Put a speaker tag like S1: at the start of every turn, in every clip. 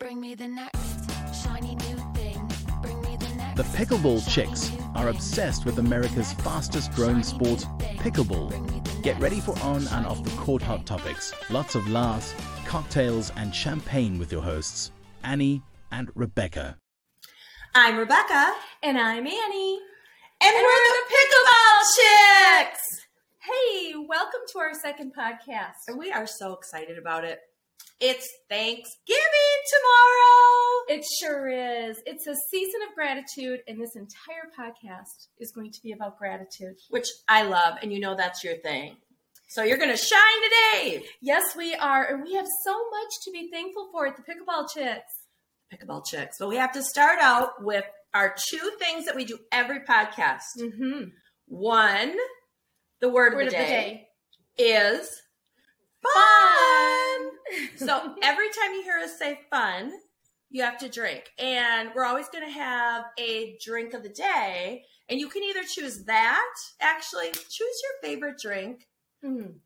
S1: Bring me the next shiny new thing. Bring me the next.
S2: The Pickleball Chicks are obsessed with America's fastest growing sport, pickleball. Get ready for on and off the court hot topics. Lots of laughs, cocktails, and champagne with your hosts, Annie and Rebecca.
S3: I'm Rebecca.
S4: And I'm Annie.
S3: And, we're, the Pickleball Chicks.
S4: Hey, welcome to our second podcast.
S3: And we are so excited about it. It's Thanksgiving tomorrow.
S4: It sure is. It's a season of gratitude, and this entire podcast is going to be about gratitude.
S3: Which I love, and you know that's your thing. So you're going to shine today.
S4: Yes, we are, and we have so much to be thankful for at the Pickleball Chicks.
S3: Pickleball Chicks. But we have to start out with our two things that we do every podcast.
S4: Mm-hmm.
S3: One, the word,
S4: Word
S3: of, the, day is fun.
S4: Fun.
S3: so every time you hear us say fun, you have to drink. And we're always going to have a drink of the day. And you can either choose that, actually, choose your favorite drink.
S4: Mhm.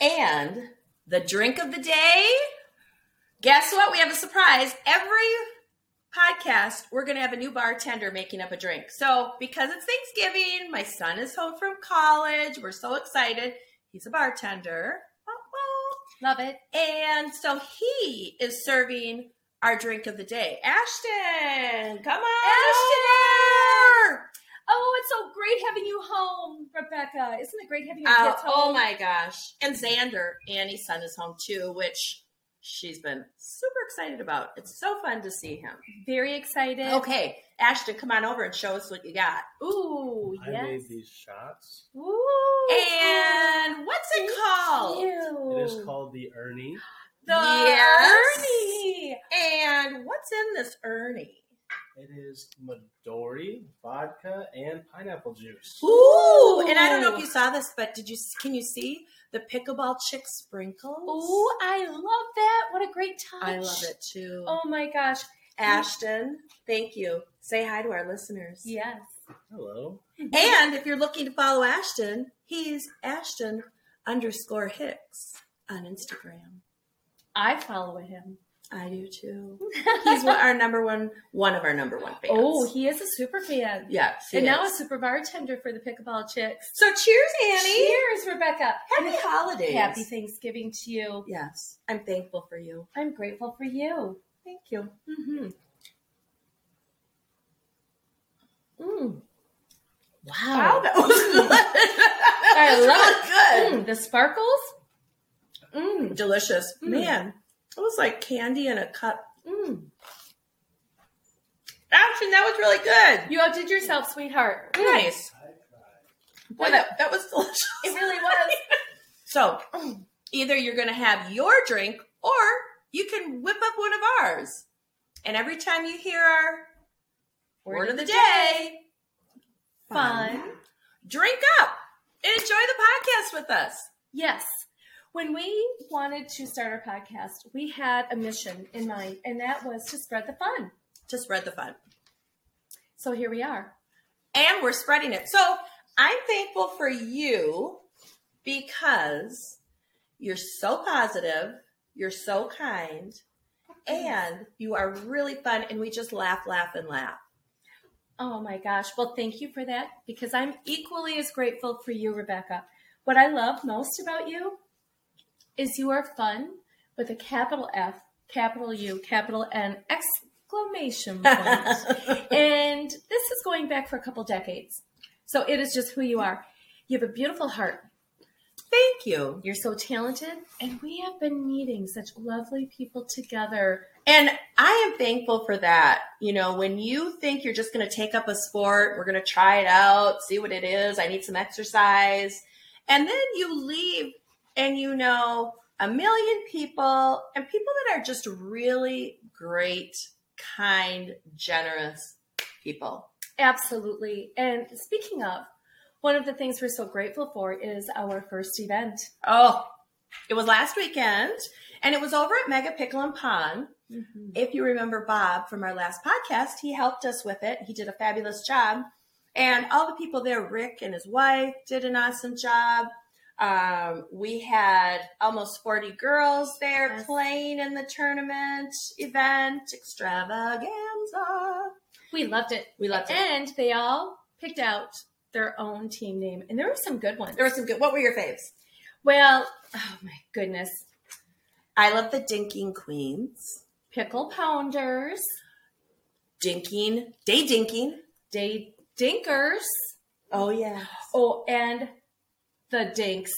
S3: And the drink of the day, guess what? We have a surprise. Every podcast, we're going to have a new bartender making up a drink. So, because it's Thanksgiving, my son is home from college. We're so excited. He's a bartender.
S4: Love it.
S3: And so he is serving our drink of the day. Ashton, come on. Ashton!
S4: Oh, it's so great having you home, Rebecca. Isn't it great having your
S3: Oh,
S4: kids home?
S3: oh my gosh. And Xander, Annie's son, is home too, which she's been super excited about. It's so fun to see him.
S4: Very excited.
S3: Okay, Ashton, come on over and show us what you got.
S4: Ooh,
S5: I
S4: yes.
S5: made these shots.
S4: Ooh.
S3: And what's it called?
S4: Ew.
S5: It is called the Ernie.
S3: The
S4: Yes.
S3: Ernie. And what's in this Ernie?
S5: It is Midori vodka and pineapple juice.
S3: Ooh, and I don't know if you saw this, but did you? Can you see the pickleball chick sprinkles?
S4: Ooh, I love that. What a great touch.
S3: I love it too.
S4: Oh my gosh.
S3: Ashton, thank you. Say hi to our listeners.
S4: Yes.
S5: Hello.
S3: And if you're looking to follow Ashton, he's Ashton underscore Hicks on Instagram.
S4: I follow him.
S3: I do too. He's one, our number one, one of our number one fans.
S4: Oh, he is a super fan.
S3: yes. he
S4: and now
S3: is.
S4: a super bartender for the pickleball chicks.
S3: so cheers, Annie.
S4: Cheers, Rebecca.
S3: Happy holidays.
S4: Happy Thanksgiving to you.
S3: Yes, I'm thankful for you.
S4: I'm grateful for you.
S3: Thank you.
S4: Mm-hmm.
S3: Mm. Wow.
S4: Wow.
S3: that was good.
S4: I
S3: That was
S4: Mm, the sparkles. Mm,
S3: good. Delicious.
S4: Mm.
S3: Man, it was like candy in a cup.
S4: mm.
S3: Action, that was really good.
S4: You outdid yourself, sweetheart. Mm,
S3: Nice.
S5: I tried.
S3: Boy, that, that was delicious.
S4: It really was.
S3: So either you're going to have your drink or you can whip up one of ours. And every time you hear our word, of the day,
S4: Fun.
S3: drink up and enjoy the podcast with us.
S4: Yes. When we wanted to start our podcast, we had a mission in mind, and that was to spread the fun.
S3: To spread the fun.
S4: So here we are.
S3: and we're spreading it. So I'm thankful for you because you're so positive, you're so kind, and you are really fun. And we just laugh, laugh, and laugh.
S4: Oh my gosh. Well, thank you for that because I'm equally as grateful for you, Rebecca. What I love most about you is you are fun with a capital F, capital U, capital N, exclamation point. and this is going back for a couple decades. So it is just who you are. You have a beautiful heart.
S3: Thank you.
S4: You're so talented. And we have been meeting such lovely people together.
S3: And I am thankful for that. You know, when you think you're just going to take up a sport, we're going to try it out, see what it is. I need some exercise. And then you leave and you know a million people and people that are just really great, kind, generous people.
S4: Absolutely. And speaking of, one of the things we're so grateful for is our first event.
S3: Oh, it was last weekend and it was over at Mega Pickle and Pond. If you remember Bob from our last podcast, he helped us with it. He did a fabulous job. And all the people there, Rick and his wife, did an awesome job. Um, we had almost 40 girls there
S4: Yes.
S3: playing in the tournament event extravaganza.
S4: We loved it.
S3: We loved it.
S4: And they all picked out their own team name. And there were some good ones.
S3: There were some good. What were your faves?
S4: well, oh my goodness.
S3: I love the Dinking Queens.
S4: Pickle Pounders,
S3: Dinking, day dinking.
S4: Day Dinkers,
S3: Oh yeah.
S4: oh, and the Dinks.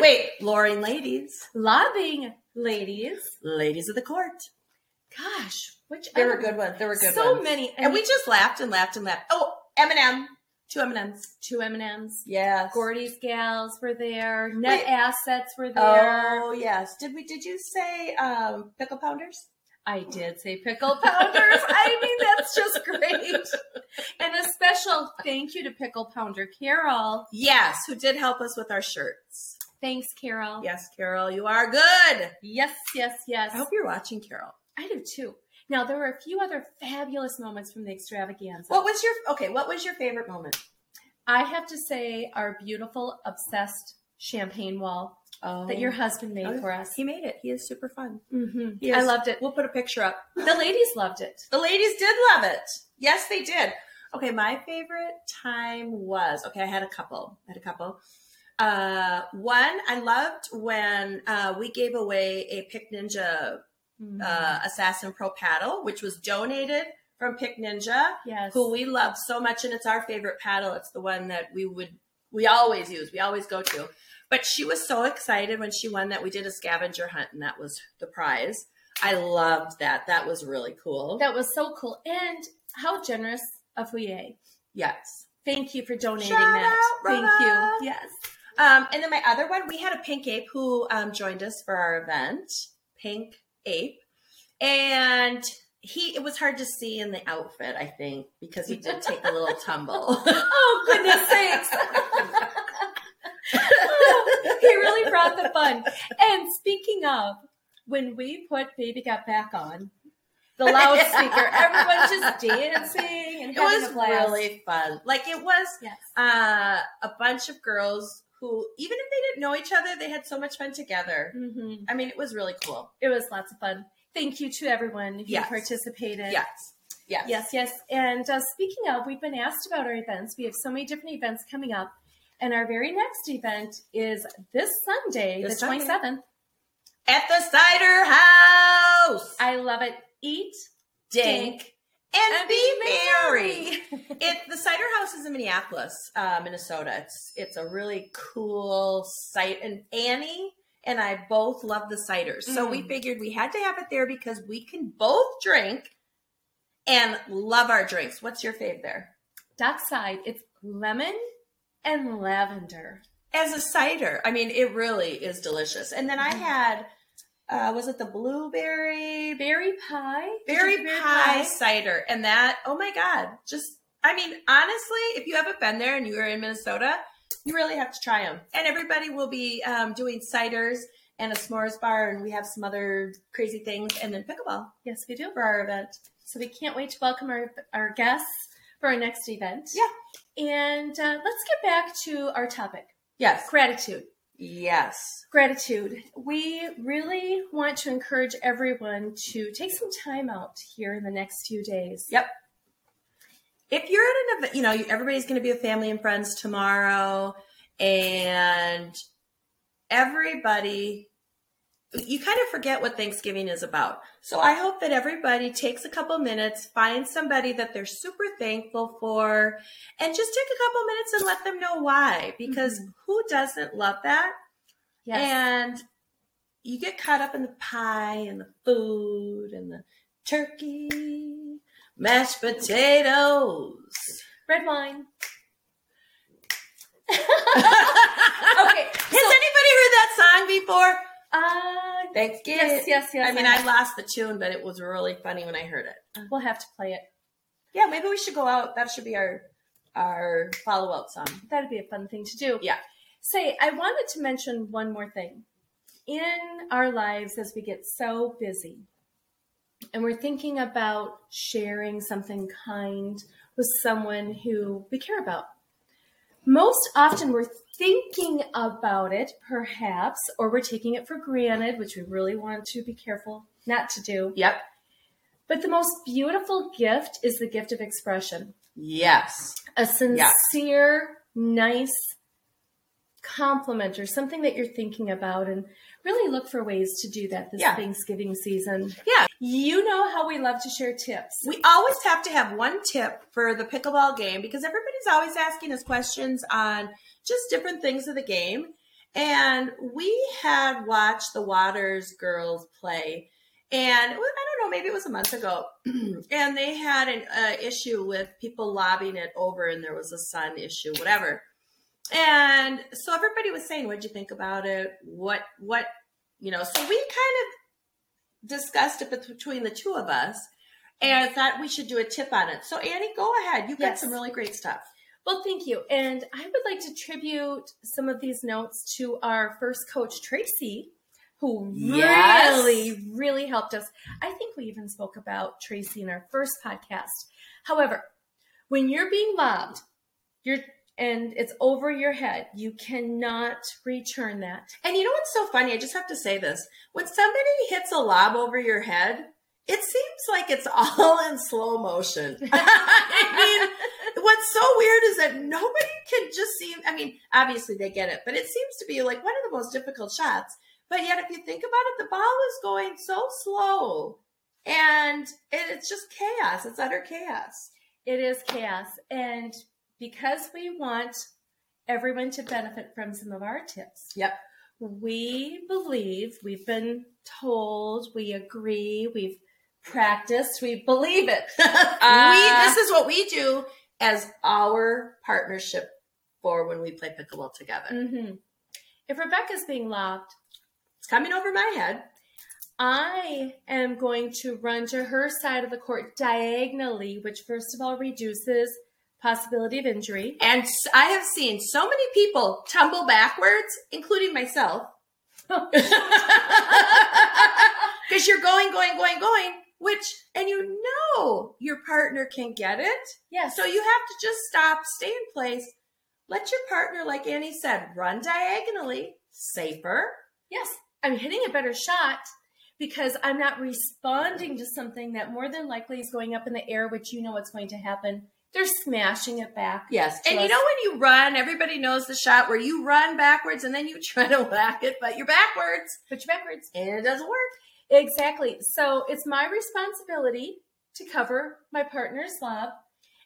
S3: Wait, Lauren, ladies,
S4: Loving ladies.
S3: ladies of the court.
S4: Gosh, which
S3: There were good ones. There were good
S4: so
S3: ones.
S4: many.
S3: And we just laughed and laughed and laughed. Oh, Eminem, two Eminems.
S4: two M&Ms.
S3: Yes.
S4: Gordy's gals were there. Net
S3: Wait.
S4: assets were there.
S3: Oh yes. Did we? Did you say um, pickle pounders?
S4: I did say pickle pounders. I mean, that's just great. And a special thank you to Pickle Pounder Carol.
S3: Yes. Who did help us with our shirts?
S4: Thanks, Carol.
S3: Yes, Carol, you are good.
S4: Yes, yes, yes.
S3: I hope you're watching, Carol.
S4: I do too. Now, there were a few other fabulous moments from the extravaganza.
S3: What was your okay? What was your favorite moment?
S4: I have to say, our beautiful, obsessed champagne wall
S3: Oh,
S4: that your husband made for us.
S3: He made it. He is super fun.
S4: Mhm.
S3: He
S4: I
S3: is-
S4: loved it.
S3: We'll put a picture up.
S4: The ladies loved it.
S3: The ladies did love it. Yes, they did. Okay, my favorite time was okay. I had a couple. I had a couple. Uh, one I loved when uh, we gave away a Pick Ninja
S4: Mm-hmm.
S3: uh, Assassin Pro paddle, which was donated from Pick Ninja,
S4: yes.
S3: who we love so much, and it's our favorite paddle. It's the one that we would we always use. We always go to. But she was so excited when she won that we did a scavenger hunt, and that was the prize. I loved that. That was really cool.
S4: that was so cool. And how generous of Huye.
S3: Yes.
S4: Thank you for donating
S3: Shout
S4: that.
S3: out,
S4: Thank
S3: Rhoda.
S4: you. Yes.
S3: Um, and then my other one, we had a pink ape who um, joined us for our event, pink ape, and he it was hard to see in the outfit, I think, because he did take a little tumble.
S4: Oh, goodness sakes. he really brought the fun. And speaking of, when we put Baby Got Back on, the loudspeaker, everyone just dancing and
S3: It
S4: having
S3: was
S4: a blast.
S3: really fun. Like it was
S4: yes.
S3: uh, a bunch of girls who, even if they didn't know each other, they had so much fun together.
S4: Mhm.
S3: I mean, it was really cool.
S4: It was lots of fun. Thank you to everyone who
S3: Yes.
S4: participated.
S3: Yes, yes,
S4: Yes, yes. And uh, speaking of, we've been asked about our events. We have so many different events coming up. And our very next event is this Sunday,
S3: This
S4: the
S3: Sunday.
S4: 27th.
S3: At the cider house,
S4: I love it. Eat
S3: dink and, be merry. it the cider house is in minneapolis uh, minnesota it's it's a really cool site and annie and i both love the ciders so we
S4: Mm.
S3: figured we had to have it there because we can both drink and love our drinks what's your fave there
S4: Dockside, it's lemon and lavender.
S3: as a cider i mean it really is delicious and then i had uh, was it the blueberry
S4: Berry pie. Did
S3: berry
S4: you do
S3: pie, cider and that oh my god just i mean honestly if you haven't been there and you are in minnesota you really have to try them and everybody will be um, doing ciders and a s'mores bar and we have some other crazy things and then pickleball
S4: Yes, we do.
S3: for our event
S4: So we can't wait to welcome our, our guests for our next event.
S3: Yeah.
S4: And uh, let's get back to our topic
S3: yes
S4: gratitude.
S3: yes
S4: Gratitude. We really want to encourage everyone to take some time out here in the next few days.
S3: Yep. if you're at an event you know you- everybody's going to be with family and friends tomorrow and everybody you kind of forget what Thanksgiving is about. So I hope that everybody takes a couple minutes, finds somebody that they're super thankful for, and just take a couple minutes and let them know why. Because who doesn't love that?
S4: Yes.
S3: And you get caught up in the pie and the food and the turkey, mashed potatoes.
S4: Red wine.
S3: okay. Has anybody heard that song before?
S4: Uh,
S3: Thanksgiving.
S4: yes, yes, yes.
S3: I mean, I lost the tune, but it was really funny when I heard it.
S4: we'll have to play it.
S3: Yeah, maybe we should go out. That should be our our follow up song.
S4: That'd be a fun thing to do.
S3: Yeah.
S4: Say, I wanted to mention one more thing. In our lives, as we get so busy and we're thinking about sharing something kind with someone who we care about, most often we're thinking about it, perhaps, or we're taking it for granted, which we really want to be careful not to do.
S3: Yep.
S4: But the most beautiful gift is the gift of expression
S3: Yes.
S4: a sincere, nice compliment or something that you're thinking about and really look for ways to do that this
S3: Yeah.
S4: Thanksgiving season.
S3: Yeah.
S4: You know how we love to share tips.
S3: We always have to have one tip for the pickleball game because everybody's always asking us questions on just different things of the game. And we had watched the Waters girls play, and it was- I don't know, maybe it was a month ago, and they had an uh, issue with people lobbing it over, and there was a sun issue, whatever. And so everybody was saying, "What'd you think about it? What, what, you know?" So we kind of discussed it bet- between the two of us, and I thought we should do a tip on it. So Annie, go ahead. You've got
S4: Yes.
S3: some really great stuff.
S4: Well, thank you. And I would like to tribute some of these notes to our first coach, Tracy, who
S3: Yes.
S4: really, really helped us. I think we even spoke about Tracy in our first podcast. However, when you're being lobbed, you're and it's over your head, you cannot return that.
S3: And you know what's so funny? I just have to say this. When somebody hits a lob over your head, it seems like it's all in slow motion. I mean, what's so weird is that nobody can just seem, I mean, obviously they get it, but it seems to be like one of the most difficult shots. But yet, if you think about it, the ball is going so slow and it, it's just chaos. It's utter chaos.
S4: It is chaos. And because we want everyone to benefit from some of our tips.
S3: Yep.
S4: We believe, we've been told, we agree, we've practiced, we believe it.
S3: we,
S4: Uh,
S3: this is what we do as our partnership for when we play pickleball together.
S4: Mhm. If Rebecca's being lobbed,
S3: It's coming over my head.
S4: I am going to run to her side of the court diagonally, which first of all reduces possibility of injury.
S3: And s- I have seen so many people tumble backwards, including myself. Because you're going, going, going, going, which, and you know your partner can get it.
S4: Yes.
S3: So you have to just stop, stay in place, let your partner, like Annie said, run diagonally, safer.
S4: Yes, I'm hitting a better shot because I'm not responding to something that more than likely is going up in the air, which you know what's going to happen. They're smashing it back.
S3: Yes.
S4: to
S3: And you
S4: us.
S3: know when you run, everybody knows the shot where you run backwards and then you try to whack it, but you're backwards
S4: Put your backwards.
S3: and it doesn't work.
S4: Exactly. So it's my responsibility to cover my partner's lob.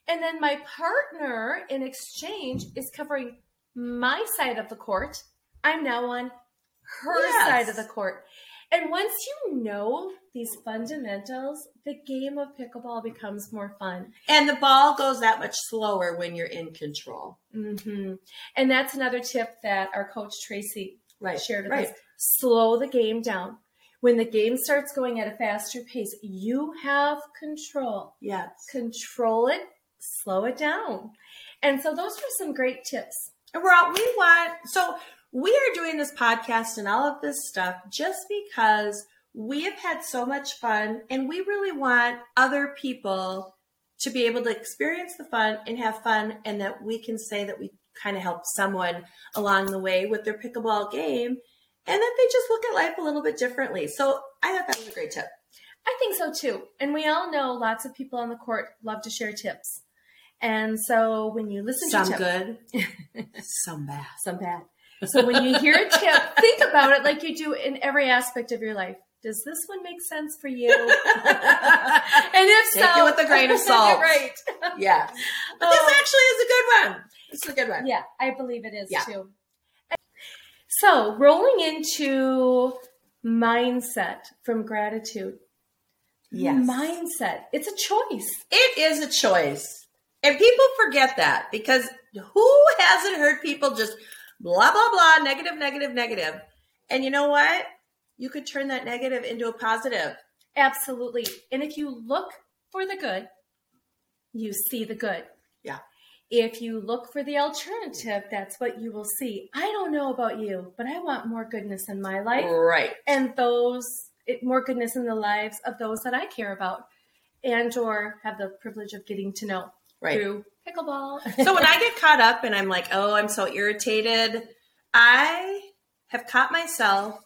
S4: And then my partner, in exchange, is covering my side of the court. I'm now on her
S3: Yes.
S4: side of the court. And once you know these fundamentals, the game of pickleball becomes more fun.
S3: And the ball goes that much slower when you're in control.
S4: hmm And that's another tip that our coach Tracy
S3: Right.
S4: shared with
S3: right.
S4: us. Slow the game down. When the game starts going at a faster pace, you have control.
S3: Yes.
S4: Control it, slow it down. And so those were some great tips.
S3: And we're all, we want, so we are doing this podcast and all of this stuff just because we have had so much fun and we really want other people to be able to experience the fun and have fun and that we can say that we kind of help someone along the way with their pickleball game and that they just look at life a little bit differently. So I thought that was a great tip.
S4: I think so too. And we all know lots of people on the court love to share tips. And so when you listen
S3: Some
S4: to tips,
S3: good, some bad.
S4: some bad. So when you hear a tip, think about it like you do in every aspect of your life. Does this one make sense for you? And if
S3: Take it
S4: so,
S3: with a grain of salt.
S4: right.
S3: yeah. But
S4: Oh.
S3: this actually is a good one. This is a good one.
S4: Yeah, I believe it is
S3: Yeah.
S4: too. So, rolling into mindset from gratitude. Mindset. It's a choice.
S3: It is a choice. And people forget that because who hasn't heard people just blah, blah, blah, negative, negative, negative? And you know what? You could turn that negative into a positive.
S4: Absolutely. And if you look for the good, you see the good.
S3: Yeah.
S4: If you look for the alternative, that's what you will see. I don't know about you, but I want more goodness in my life.
S3: Right.
S4: and those it, more goodness in the lives of those that I care about and or have the privilege of getting to know.
S3: Right.
S4: through pickleball.
S3: so when I get caught up and I'm like, oh, I'm so irritated, I have caught myself.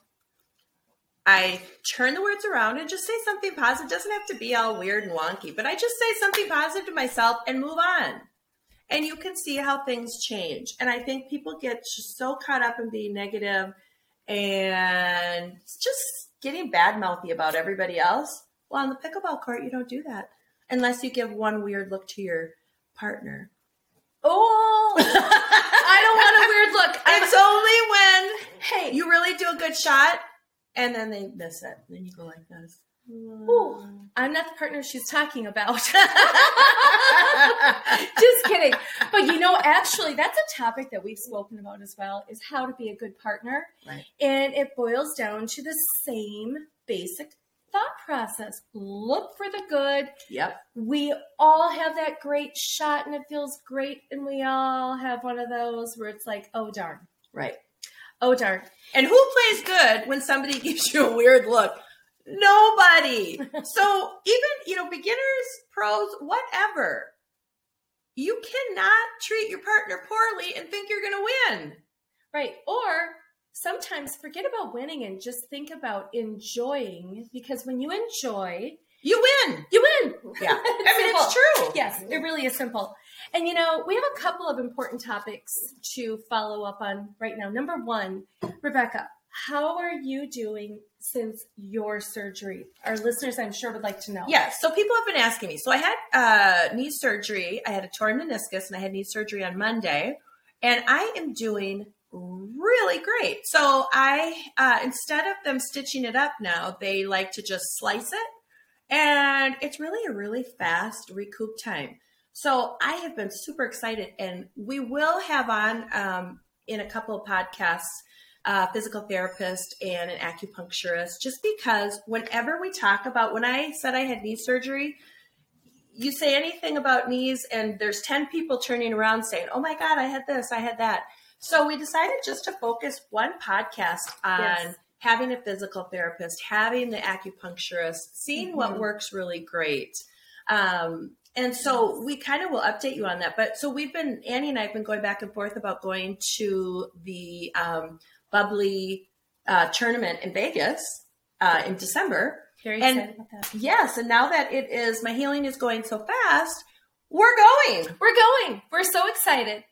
S3: I turn the words around and just say something positive. It doesn't have to be all weird and wonky, but I just say something positive to myself and move on. And you can see how things change. And I think people get just so caught up in being negative and just getting bad mouthy about everybody else. Well, on the pickleball court, you don't do that unless you give one weird look to your partner.
S4: oh, I don't want a weird look. I'm
S3: It's only
S4: hey,
S3: when you really do a good shot and then they miss it. Then you go like this.
S4: Ooh, I'm not the partner she's talking about. Just kidding. But you know, actually, that's a topic that we've spoken about as well is how to be a good partner.
S3: Right.
S4: And it boils down to the same basic thought process look for the good.
S3: Yep.
S4: We all have that great shot and it feels great. And we all have one of those where it's like, oh, darn.
S3: Right.
S4: Oh, darn.
S3: And who plays good when somebody gives you a weird look? Nobody. so even, you know, beginners, pros, whatever, you cannot treat your partner poorly and think you're going to win.
S4: Right. Or sometimes forget about winning and just think about enjoying because when you enjoy,
S3: You win.
S4: you win.
S3: Yeah. I mean, it's true.
S4: Yes, it really is simple. And you know, we have a couple of important topics to follow up on right now. Number one, Rebecca, how are you doing since your surgery? Our listeners, I'm sure, would like to know.
S3: Yeah, so people have been asking me. So I had uh, knee surgery. I had a torn meniscus, and I had knee surgery on Monday, and I am doing really great. So I, uh, instead of them stitching it up now, they like to just slice it, and it's really a really fast recoup time. So I have been super excited, and we will have on um, in a couple of podcasts a physical therapist and an acupuncturist just because whenever we talk about when I said I had knee surgery, you say anything about knees and there's 10 people turning around saying, "Oh my god, I had this, I had that." So we decided just to focus one podcast on
S4: Yes.
S3: having a physical therapist, having the acupuncturist, seeing what works really great. Um, and so we kind of will update you on that. But so we've been, Annie and I have been going back and forth about going to the um, bubbly uh, tournament in Vegas uh, in December.
S4: Very
S3: And-
S4: excited about that.
S3: Yes. And now that it is, my healing is going so fast, we're going.
S4: We're going. We're so excited.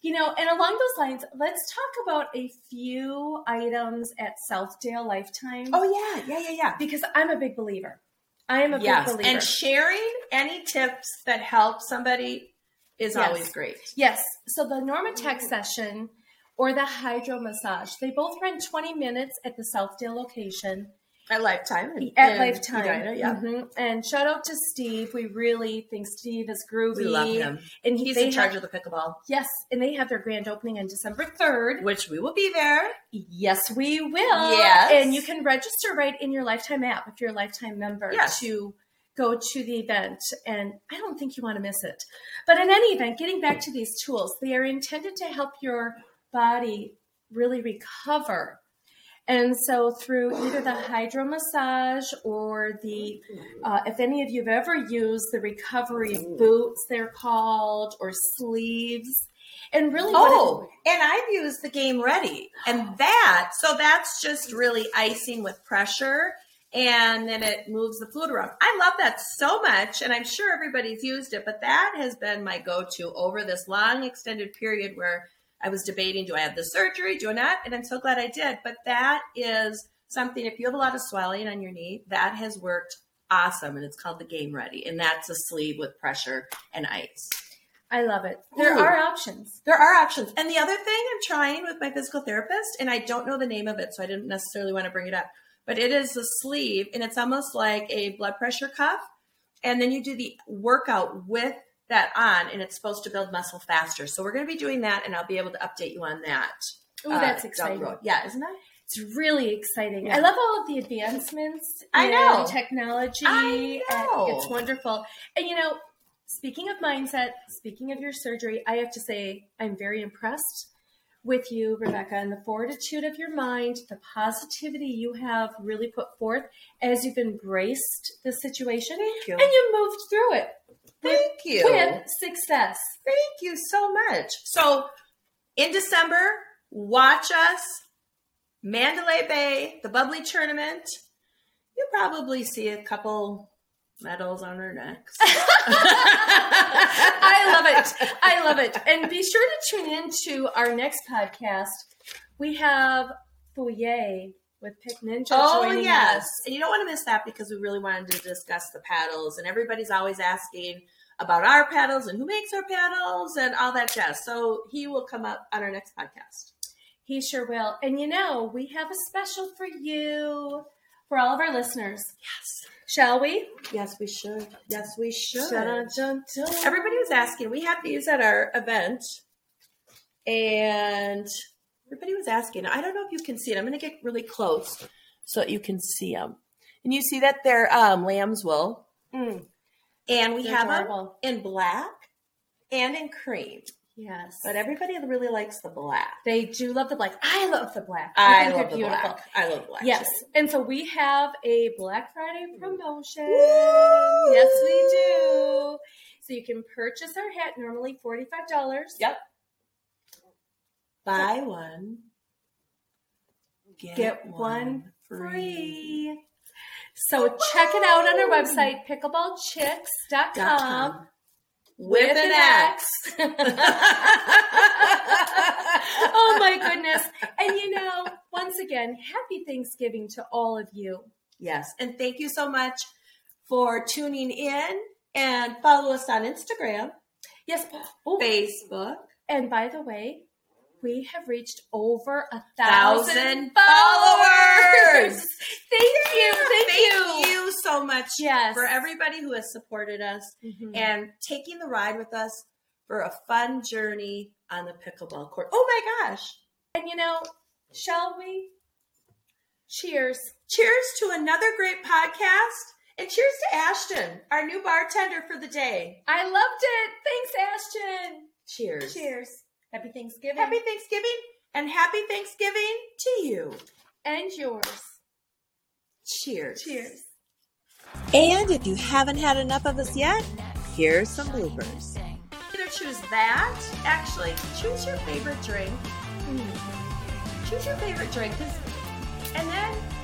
S4: You know, and along those lines, let's talk about a few items at Southdale Lifetime.
S3: Oh, yeah. Yeah. Yeah. Yeah.
S4: because I'm a big believer. I am a
S3: Yes.
S4: big believer.
S3: And sharing any tips that help somebody is
S4: Yes.
S3: always great.
S4: Yes. So the Norma Tech session or the hydro massage, they both run 20 minutes at the Southdale location
S3: At Lifetime. and-
S4: at
S3: and
S4: Lifetime.
S3: Edina, yeah.
S4: Mhm. And shout out to Steve. We really think Steve is groovy.
S3: We love him.
S4: And he,
S3: He's
S4: they
S3: in charge
S4: have-
S3: of the pickleball,
S4: Yes, and they have their grand opening on December 3rd.
S3: which we will be there.
S4: Yes, we will.
S3: Yes.
S4: And you can register right in your Lifetime app if you're a Lifetime member
S3: Yes.
S4: to go to the event. And I don't think you want to miss it. But in any event, getting back to these tools, they are intended to help your body really recover. And so, through either the hydro massage or the, uh, if any of you have ever used the recovery boots, they're called, or sleeves. And really, what it-
S3: Oh, and I've used the game ready. And that, so that's just really icing with pressure and then it moves the fluid around. I love that so much and I'm sure everybody's used it, but that has been my go-to over this long extended period where I was debating do I have the surgery, do I not? And I'm so glad I did. But that is something if you have a lot of swelling on your knee, that has worked awesome and it's called the game ready and that's a sleeve with pressure and ice.
S4: I love it. There
S3: Ooh.
S4: are options.
S3: There are options. And the other thing I'm trying with my physical therapist, and I don't know the name of it, so I didn't necessarily want to bring it up, but it is a sleeve and it's almost like a blood pressure cuff. And then you do the workout with that on, and it's supposed to build muscle faster. So we're going to be doing that, and I'll be able to update you on that.
S4: Oh,
S3: uh, down
S4: that's
S3: the
S4: exciting.
S3: road. Yeah, isn't that?
S4: It's really exciting.
S3: Yeah.
S4: I love all of the advancements.
S3: I
S4: in
S3: know.
S4: technology.
S3: I know.
S4: and It's wonderful. And you know, speaking of mindset, speaking of your surgery, I have to say I'm very impressed with you, Rebecca, and the fortitude of your mind, the positivity you have really put forth as you've embraced the situation,
S3: Thank you.
S4: and you moved through it
S3: Thank you.
S4: with success.
S3: Thank you so much. So in December, watch us, Mandalay Bay, the Bubbly Tournament. You'll probably see a couple medals on our necks.
S4: I love it. I love it. And be sure to tune in to our next podcast. We have Fouye with Pick Ninja.
S3: Oh
S4: joining
S3: yes,
S4: us.
S3: and you don't want to miss that because we really wanted to discuss the paddles, and everybody's always asking about our paddles and who makes our paddles and all that jazz. So he will come up on our next podcast.
S4: He sure will. And you know, we have a special for you, for all of our listeners.
S3: Yes,
S4: Shall we?
S3: yes, we should. Yes, we should.
S4: Every-
S3: Everybody was asking. We had these at our event, and everybody was asking. I don't know if you can see it. I'm going to get really close so that you can see them. And you see that they're um, lamb's wool, and we
S4: Mm. They're
S3: have them
S4: adorable.
S3: in black and in cream.
S4: Yes.
S3: But everybody really likes the black.
S4: they do love the black. I love the black.
S3: I,
S4: think
S3: love the
S4: they're beautiful.
S3: black. I love black.
S4: Yes.
S3: too.
S4: And so we have a Black Friday promotion.
S3: Woo!
S4: Yes, we do. So you can purchase our hat, normally $45.
S3: Yep. Buy one, get,
S4: Get
S3: one,
S4: one
S3: free.
S4: Free. So check it out on our website,
S3: Dot
S4: pickleballchicks.com.
S3: com. With, an, X.
S4: oh my goodness. And you know, once again, happy Thanksgiving to all of you.
S3: Yes. And thank you so much for tuning in and follow us on Instagram,
S4: Yes. Oh,
S3: Facebook,
S4: and by the way, we have reached over a
S3: thousand
S4: thousand, followers.
S3: followers.
S4: thank you. Thank,
S3: Thank you so much
S4: Yes.
S3: for everybody who has supported us.
S4: Mhm.
S3: and taking the ride with us for a fun journey on the pickleball court. Oh my gosh.
S4: And you know, shall we? Cheers.
S3: Cheers to another great podcast and cheers to Ashton, our new bartender for the day.
S4: I loved it. Thanks, Ashton.
S3: Cheers.
S4: Cheers. Happy Thanksgiving.
S3: Happy Thanksgiving and happy Thanksgiving to you.
S4: and yours.
S3: Cheers.
S4: Cheers.
S6: And if you haven't had enough of us yet, here's some bloopers.
S3: Either choose that, actually, choose Hmm. your favorite drink. Choose your favorite drink 'cause- and then